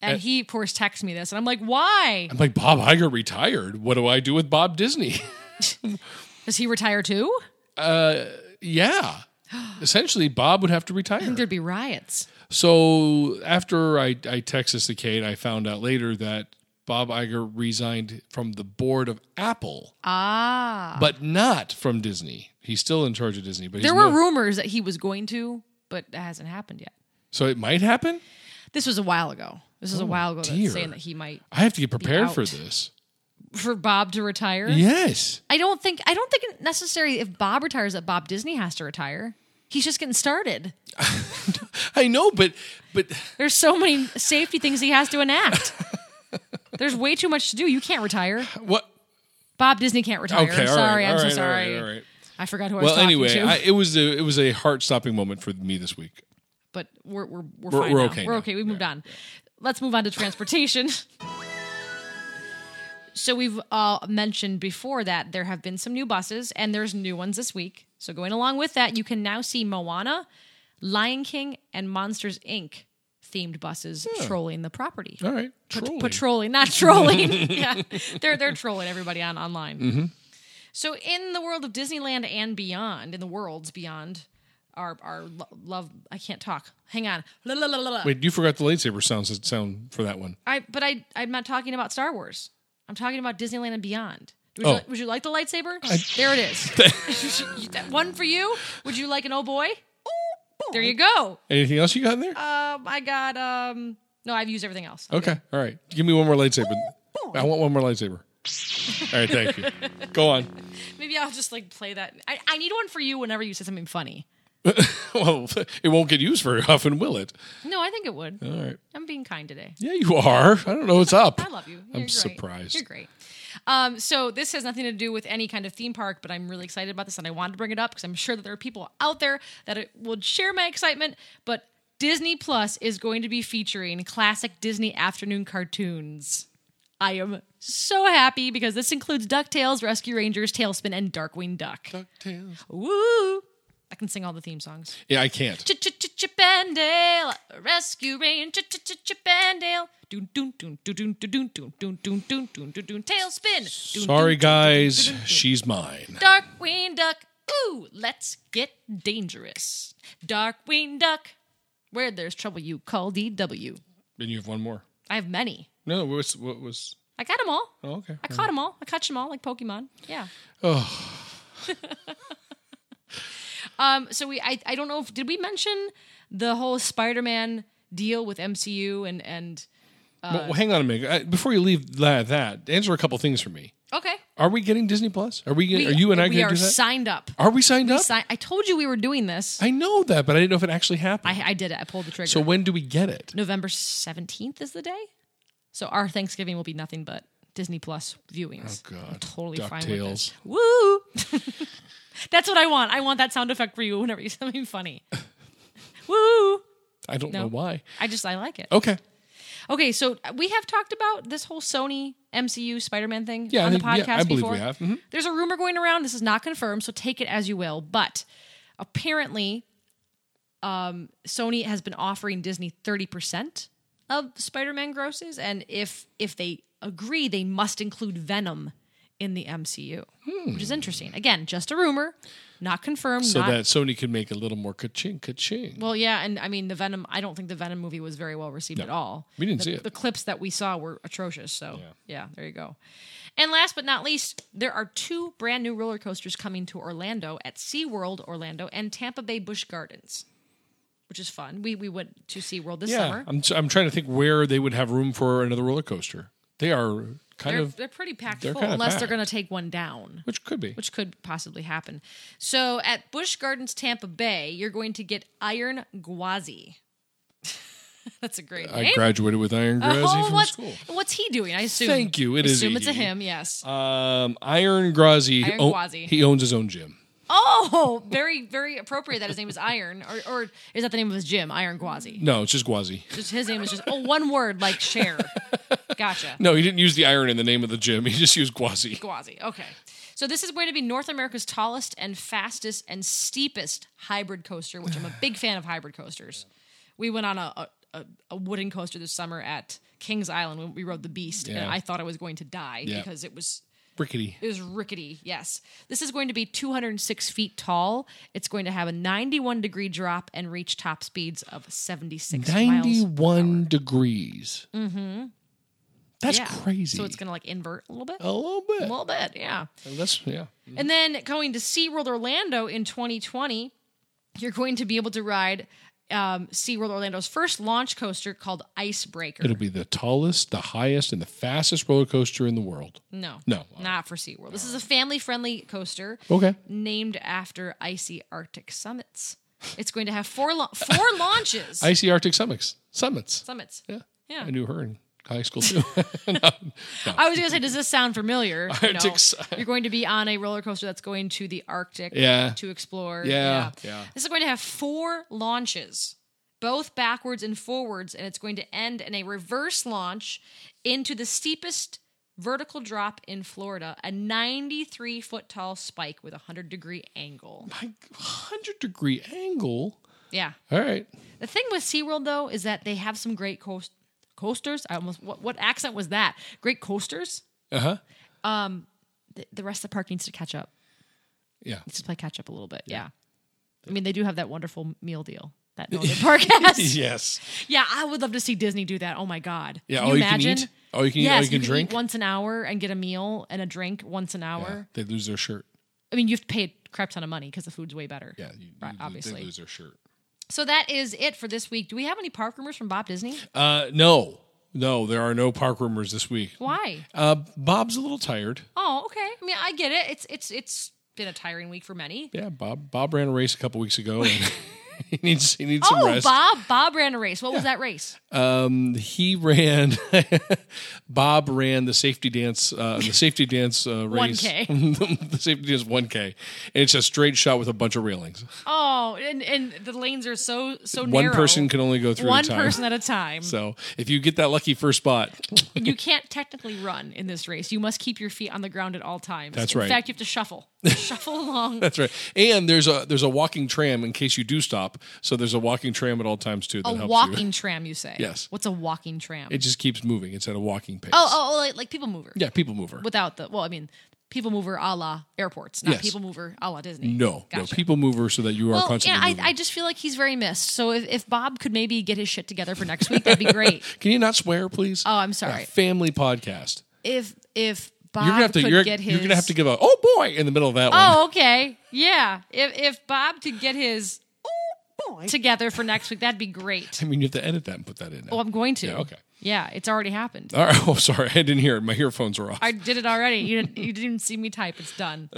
Speaker 2: And
Speaker 1: Uh,
Speaker 2: he, of course, texted me this, and I'm like, why?
Speaker 1: I'm like, Bob Iger retired. What do I do with Bob Disney?
Speaker 2: Does he retire too?
Speaker 1: yeah. Essentially, Bob would have to
Speaker 2: I
Speaker 1: retire.
Speaker 2: think there'd be riots.
Speaker 1: So after I, I text this to Kate, I found out later that Bob Iger resigned from the board of Apple,
Speaker 2: Ah.
Speaker 1: but not from Disney. He's still in charge of Disney, but he's
Speaker 2: There were
Speaker 1: no-
Speaker 2: rumors that he was going to, but that hasn't happened yet.
Speaker 1: so it might happen.
Speaker 2: This was a while ago. This was a while ago
Speaker 1: Oh, dear.
Speaker 2: that's saying that he might
Speaker 1: I have to get prepared for
Speaker 2: out.
Speaker 1: this.
Speaker 2: for Bob to retire.
Speaker 1: Yes.
Speaker 2: I don't think I don't think it necessary if Bob retires that Bob Disney has to retire. He's just getting started.
Speaker 1: I know, but but
Speaker 2: There's so many safety things he has to enact. There's way too much to do. You can't retire.
Speaker 1: what?
Speaker 2: Bob Disney can't retire.
Speaker 1: Okay, all right,
Speaker 2: sorry,
Speaker 1: all
Speaker 2: I'm
Speaker 1: right,
Speaker 2: so
Speaker 1: all right,
Speaker 2: sorry.
Speaker 1: all right.
Speaker 2: I forgot who I was
Speaker 1: Well,
Speaker 2: talking
Speaker 1: anyway,
Speaker 2: to.
Speaker 1: I, it was a it was a heart stopping moment for me this week.
Speaker 2: but we're we're we're,
Speaker 1: We're-
Speaker 2: fine
Speaker 1: we're
Speaker 2: now.
Speaker 1: okay
Speaker 2: We're
Speaker 1: now.
Speaker 2: okay. We've moved on. Let's move on to transportation. so we've uh, mentioned before that there have been some new buses, and there's new ones this week. So going along with that, you can now see Moana, Lion King, and Monsters Inc. themed buses trolling the property.
Speaker 1: All right, trolling.
Speaker 2: Patrolling, not trolling. yeah, they're they're trolling everybody on online.
Speaker 1: Mm-hmm.
Speaker 2: So in the world of Disneyland and beyond, in the worlds beyond, our our lo- love I can't talk. Hang on, La, la, la, la, la.
Speaker 1: Wait, you forgot the lightsaber sounds sound for that one.
Speaker 2: I but I I'm not talking about Star Wars. I'm talking about Disneyland and beyond. Would,
Speaker 1: Oh.
Speaker 2: you, would you like the lightsaber? there it is. That one for you. Would you like an oh boy? There you go.
Speaker 1: Anything else you got in there?
Speaker 2: Um, I got um. No, I've used everything else.
Speaker 1: Okay. All right. Give me one more lightsaber. I want one more lightsaber. All right. Thank you. Go on.
Speaker 2: Maybe I'll just like play that. I, I need one for you whenever you say something funny.
Speaker 1: Well, it won't get used very often, will it?
Speaker 2: No, I think it would.
Speaker 1: All right.
Speaker 2: I'm being kind today.
Speaker 1: Yeah, you are. I don't know what's up.
Speaker 2: I love you. You're
Speaker 1: I'm
Speaker 2: great.
Speaker 1: surprised.
Speaker 2: You're great. Um, so this has nothing to do with any kind of theme park, but I'm really excited about this, and I wanted to bring it up because I'm sure that there are people out there that it will share my excitement. But Disney Plus is going to be featuring classic Disney afternoon cartoons. I am so happy because this includes DuckTales, Rescue Rangers, Tailspin, and Darkwing Duck.
Speaker 1: DuckTales.
Speaker 2: Woo! I can sing all the theme songs.
Speaker 1: Yeah, I can't.
Speaker 2: Chip and Dale, a rescue ranger. Chip and Dale. Doon doon doon doon doon doon doon doon doon doon doon doon doon. Tailspin. Doon,
Speaker 1: Sorry,
Speaker 2: doon,
Speaker 1: guys. She's mine.
Speaker 2: doon. Darkwing Duck. Ooh, let's get dangerous. Darkwing Duck. Where there's trouble, you call DW.
Speaker 1: And you have one more.
Speaker 2: I have many.
Speaker 1: No, what was what was?
Speaker 2: I got them all.
Speaker 1: Oh, okay.
Speaker 2: I caught them all. I catch them all like Pokemon. Yeah. um. So we, I, I don't know if did we mention the whole Spider-Man deal with MCU and and Uh,
Speaker 1: well, hang on a minute. I, before you leave that, that, answer a couple things for me.
Speaker 2: okay.
Speaker 1: Are we getting Disney Plus? Are we? Get, are you and I
Speaker 2: we
Speaker 1: going to
Speaker 2: are
Speaker 1: do that?
Speaker 2: signed up.
Speaker 1: are we signed up?
Speaker 2: Si- I told you we were doing this. I,
Speaker 1: I know that, but I didn't know if it actually happened.
Speaker 2: I, did it. I pulled the trigger.
Speaker 1: so when do we get it?
Speaker 2: November seventeenth is the day. So our Thanksgiving will be nothing but Disney Plus viewings.
Speaker 1: Oh, God.
Speaker 2: I'm totally fine with
Speaker 1: DuckTales.
Speaker 2: this. Woo! That's what I want. I want that sound effect for you whenever you say something funny. Woo!
Speaker 1: I don't know why.
Speaker 2: I just I like it.
Speaker 1: Okay.
Speaker 2: Okay, so we have talked about this whole Sony MCU Spider-Man thing
Speaker 1: Yeah, I
Speaker 2: on the
Speaker 1: think- yeah,
Speaker 2: podcast
Speaker 1: I believe
Speaker 2: before.
Speaker 1: we have. Mhm.
Speaker 2: There's a rumor going around. This is not confirmed, so take it as you will. But apparently, um, Sony has been offering Disney 30% of Spider-Man grosses, and if if they agree, they must include Venom in the MCU, which is interesting. Again, just a rumor. Not confirmed.
Speaker 1: Hmm. so
Speaker 2: not
Speaker 1: that Sony could make a little more ka-ching, ka-ching.
Speaker 2: Well, yeah, and I mean the Venom. I don't think the Venom movie was very well received at all.
Speaker 1: We didn't
Speaker 2: the,
Speaker 1: see it.
Speaker 2: The clips that we saw were atrocious. So yeah. there you go. And last but not least, there are two brand new roller coasters coming to Orlando at SeaWorld Orlando and Tampa Bay Busch Gardens, which is fun. We we went to SeaWorld this
Speaker 1: yeah,
Speaker 2: summer.
Speaker 1: I'm I'm trying to think where they would have room for another roller coaster. They are kind
Speaker 2: They're,
Speaker 1: of,
Speaker 2: they're pretty packed
Speaker 1: they're
Speaker 2: full,
Speaker 1: kinda
Speaker 2: unless they're
Speaker 1: packed.
Speaker 2: going to take one down.
Speaker 1: which could be.
Speaker 2: which could possibly happen. So at Busch Gardens Tampa Bay, you're going to get Iron Gwazi. That's a great
Speaker 1: I
Speaker 2: name.
Speaker 1: graduated with Iron Grazzi
Speaker 2: Oh,
Speaker 1: from
Speaker 2: what's,
Speaker 1: school.
Speaker 2: what's he doing? I assume.
Speaker 1: Thank you. It is
Speaker 2: assume it's a
Speaker 1: ED.
Speaker 2: him. Yes.
Speaker 1: Um, Iron Grazzi,
Speaker 2: Iron
Speaker 1: own-
Speaker 2: Grazzi.
Speaker 1: he owns his own gym.
Speaker 2: oh, very very appropriate that his name is Iron, or, or is that the name of his gym? Iron Gwazi.
Speaker 1: No, it's just Gwazi.
Speaker 2: Just his name is just oh one word like share. Gotcha.
Speaker 1: No, he didn't use the iron in the name of the gym. He just used Gwazi.
Speaker 2: Gwazi. Okay. So this is going to be North America's tallest and fastest and steepest hybrid coaster, which I'm a big fan of hybrid coasters. We went on a, a, a wooden coaster this summer at Kings Island when we rode the Beast, and
Speaker 1: Yeah.
Speaker 2: I thought I was going to die
Speaker 1: Yeah.
Speaker 2: because it was
Speaker 1: Rickety.
Speaker 2: it was rickety. Yes, this is going to be 206 feet tall. It's going to have a 91 degree drop and reach top speeds of 76 miles.
Speaker 1: Ninety-one degrees. Mm-hmm. That's
Speaker 2: Yeah.
Speaker 1: crazy. Oh.
Speaker 2: So it's going to like invert a little bit,
Speaker 1: a little bit.
Speaker 2: a little bit. Yeah.
Speaker 1: That's yeah.
Speaker 2: And then going to SeaWorld Orlando in 2020, you're going to be able to ride um, SeaWorld Orlando's first launch coaster called Icebreaker.
Speaker 1: It'll be the tallest, the highest, and the fastest roller coaster in the world.
Speaker 2: no.
Speaker 1: No.
Speaker 2: Not for SeaWorld. This is a family friendly coaster
Speaker 1: Okay.
Speaker 2: named after icy Arctic summits. It's going to have four la- four launches.
Speaker 1: Icy Arctic summits. Summits.
Speaker 2: summits.
Speaker 1: Yeah.
Speaker 2: Yeah.
Speaker 1: I knew her in high school too.
Speaker 2: I was going to say, does this sound familiar? You know,
Speaker 1: Arctic su-
Speaker 2: you're going to be on a roller coaster that's going to the Arctic
Speaker 1: Yeah.
Speaker 2: to explore.
Speaker 1: Yeah, yeah.
Speaker 2: This is going to have four launches, both backwards and forwards, and it's going to end in a reverse launch into the steepest vertical drop in Florida, a 93 foot tall spike with a 100 degree angle.
Speaker 1: My hundred degree angle.
Speaker 2: Yeah.
Speaker 1: All right.
Speaker 2: The thing with SeaWorld though is that they have some great coast coasters. I almost what, what accent was that? Great coasters? Um,
Speaker 1: Uh huh.
Speaker 2: The, the rest of the park needs to catch up.
Speaker 1: Yeah.
Speaker 2: Let's just play catch up a little bit. Yeah. I mean, they do have that wonderful meal deal that Northern Park has.
Speaker 1: Yes.
Speaker 2: Yeah, I would love to see Disney do that. Oh my God.
Speaker 1: Yeah,
Speaker 2: Can
Speaker 1: all you can eat? All you can eat, all
Speaker 2: yes,
Speaker 1: you can drink?
Speaker 2: eat once an hour and get a meal and a drink once an hour.
Speaker 1: Yeah. They lose their shirt.
Speaker 2: I mean, you have to pay a crap ton of money because the food's way better.
Speaker 1: Yeah. you- you-
Speaker 2: right,
Speaker 1: They
Speaker 2: obviously.
Speaker 1: lose their shirt.
Speaker 2: So that is it for this week. Do we have any park rumors from Bob Disney?
Speaker 1: Uh, no, no, there are no park rumors this week.
Speaker 2: Why?
Speaker 1: Uh, Bob's a little tired.
Speaker 2: Oh, okay. I mean, I get it. It's it's it's been a tiring week for many.
Speaker 1: Yeah, Bob. Bob ran a race a couple weeks ago. And he needs he needs some
Speaker 2: Oh,
Speaker 1: rest.
Speaker 2: Bob! Bob ran a race. What was that race?
Speaker 1: Um, he ran. Bob ran the safety dance. Uh, the safety dance uh, race.
Speaker 2: 1K.
Speaker 1: the safety dance one k. And it's a straight shot with a bunch of railings.
Speaker 2: Oh, and and the lanes are so so
Speaker 1: One
Speaker 2: narrow.
Speaker 1: person can only go through
Speaker 2: one
Speaker 1: at a time.
Speaker 2: person at a time.
Speaker 1: So if you get that lucky first spot,
Speaker 2: you can't technically run in this race. You must keep your feet on the ground at all times.
Speaker 1: That's
Speaker 2: in
Speaker 1: right.
Speaker 2: In fact, you have to shuffle, shuffle along.
Speaker 1: that's right. And there's a there's a walking tram in case you do stop. So there's a walking tram at all times too. That
Speaker 2: A
Speaker 1: helps you.
Speaker 2: walking tram, you say?
Speaker 1: Yes.
Speaker 2: What's a walking tram?
Speaker 1: It just keeps moving. It's at a walking pace.
Speaker 2: oh, oh, oh, like, like people mover.
Speaker 1: yeah, people mover.
Speaker 2: Without the well, I mean, people mover a la airports, not
Speaker 1: Yes.
Speaker 2: people mover a la Disney.
Speaker 1: No,
Speaker 2: Gotcha.
Speaker 1: no, people mover so that you are
Speaker 2: Well, yeah,
Speaker 1: constantly
Speaker 2: I,
Speaker 1: moving.
Speaker 2: I just feel like he's very missed. So if, if Bob could maybe get his shit together for next week, that'd be great.
Speaker 1: Can you not swear, please?
Speaker 2: Oh, I'm sorry.
Speaker 1: A family podcast.
Speaker 2: if if Bob
Speaker 1: You're gonna have to.
Speaker 2: could
Speaker 1: You're,
Speaker 2: get his,
Speaker 1: you're gonna have to give a oh boy in the middle of that one.
Speaker 2: Oh, okay. Yeah. If if Bob could get his together for next week, that'd be great.
Speaker 1: I mean, you have to edit that and put that in. Now.
Speaker 2: Well, Oh, I'm going to.
Speaker 1: Yeah, okay.
Speaker 2: Yeah, it's already happened.
Speaker 1: All right. Oh, sorry, I didn't hear it. My earphones were off.
Speaker 2: I did it already. You didn't, you didn't even see me type. It's done.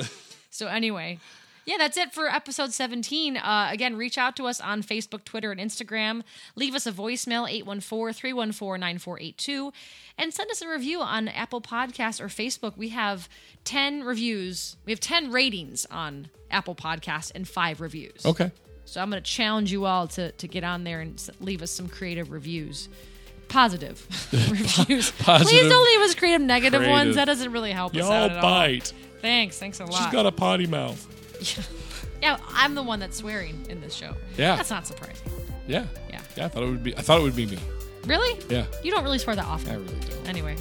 Speaker 2: So anyway, yeah, that's it for episode 17. Uh, again, reach out to us on Facebook, Twitter, and Instagram. Leave us a voicemail, 814-314-9482. And send us a review on Apple Podcasts or Facebook. We have 10 reviews. We have 10 ratings on Apple Podcasts and five reviews.
Speaker 1: okay.
Speaker 2: So I'm going to challenge you all to, to get on there and s- leave us some creative reviews. Positive reviews. Please
Speaker 1: positive,
Speaker 2: don't leave us creative negative
Speaker 1: creative.
Speaker 2: ones. That doesn't really help us
Speaker 1: Y'all
Speaker 2: out at all.
Speaker 1: bite.
Speaker 2: Thanks. Thanks a
Speaker 1: She's
Speaker 2: lot.
Speaker 1: got a potty mouth.
Speaker 2: yeah, I'm the one that's swearing in this show.
Speaker 1: Yeah.
Speaker 2: That's not surprising.
Speaker 1: Yeah.
Speaker 2: Yeah.
Speaker 1: Yeah. I thought it would be. I thought it would be me.
Speaker 2: Really?
Speaker 1: Yeah.
Speaker 2: You don't really swear that often.
Speaker 1: I really don't.
Speaker 2: Anyway.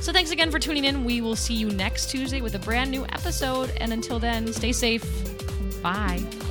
Speaker 2: So thanks again for tuning in. We will see you next Tuesday with a brand new episode. And until then, stay safe. Bye. Bye.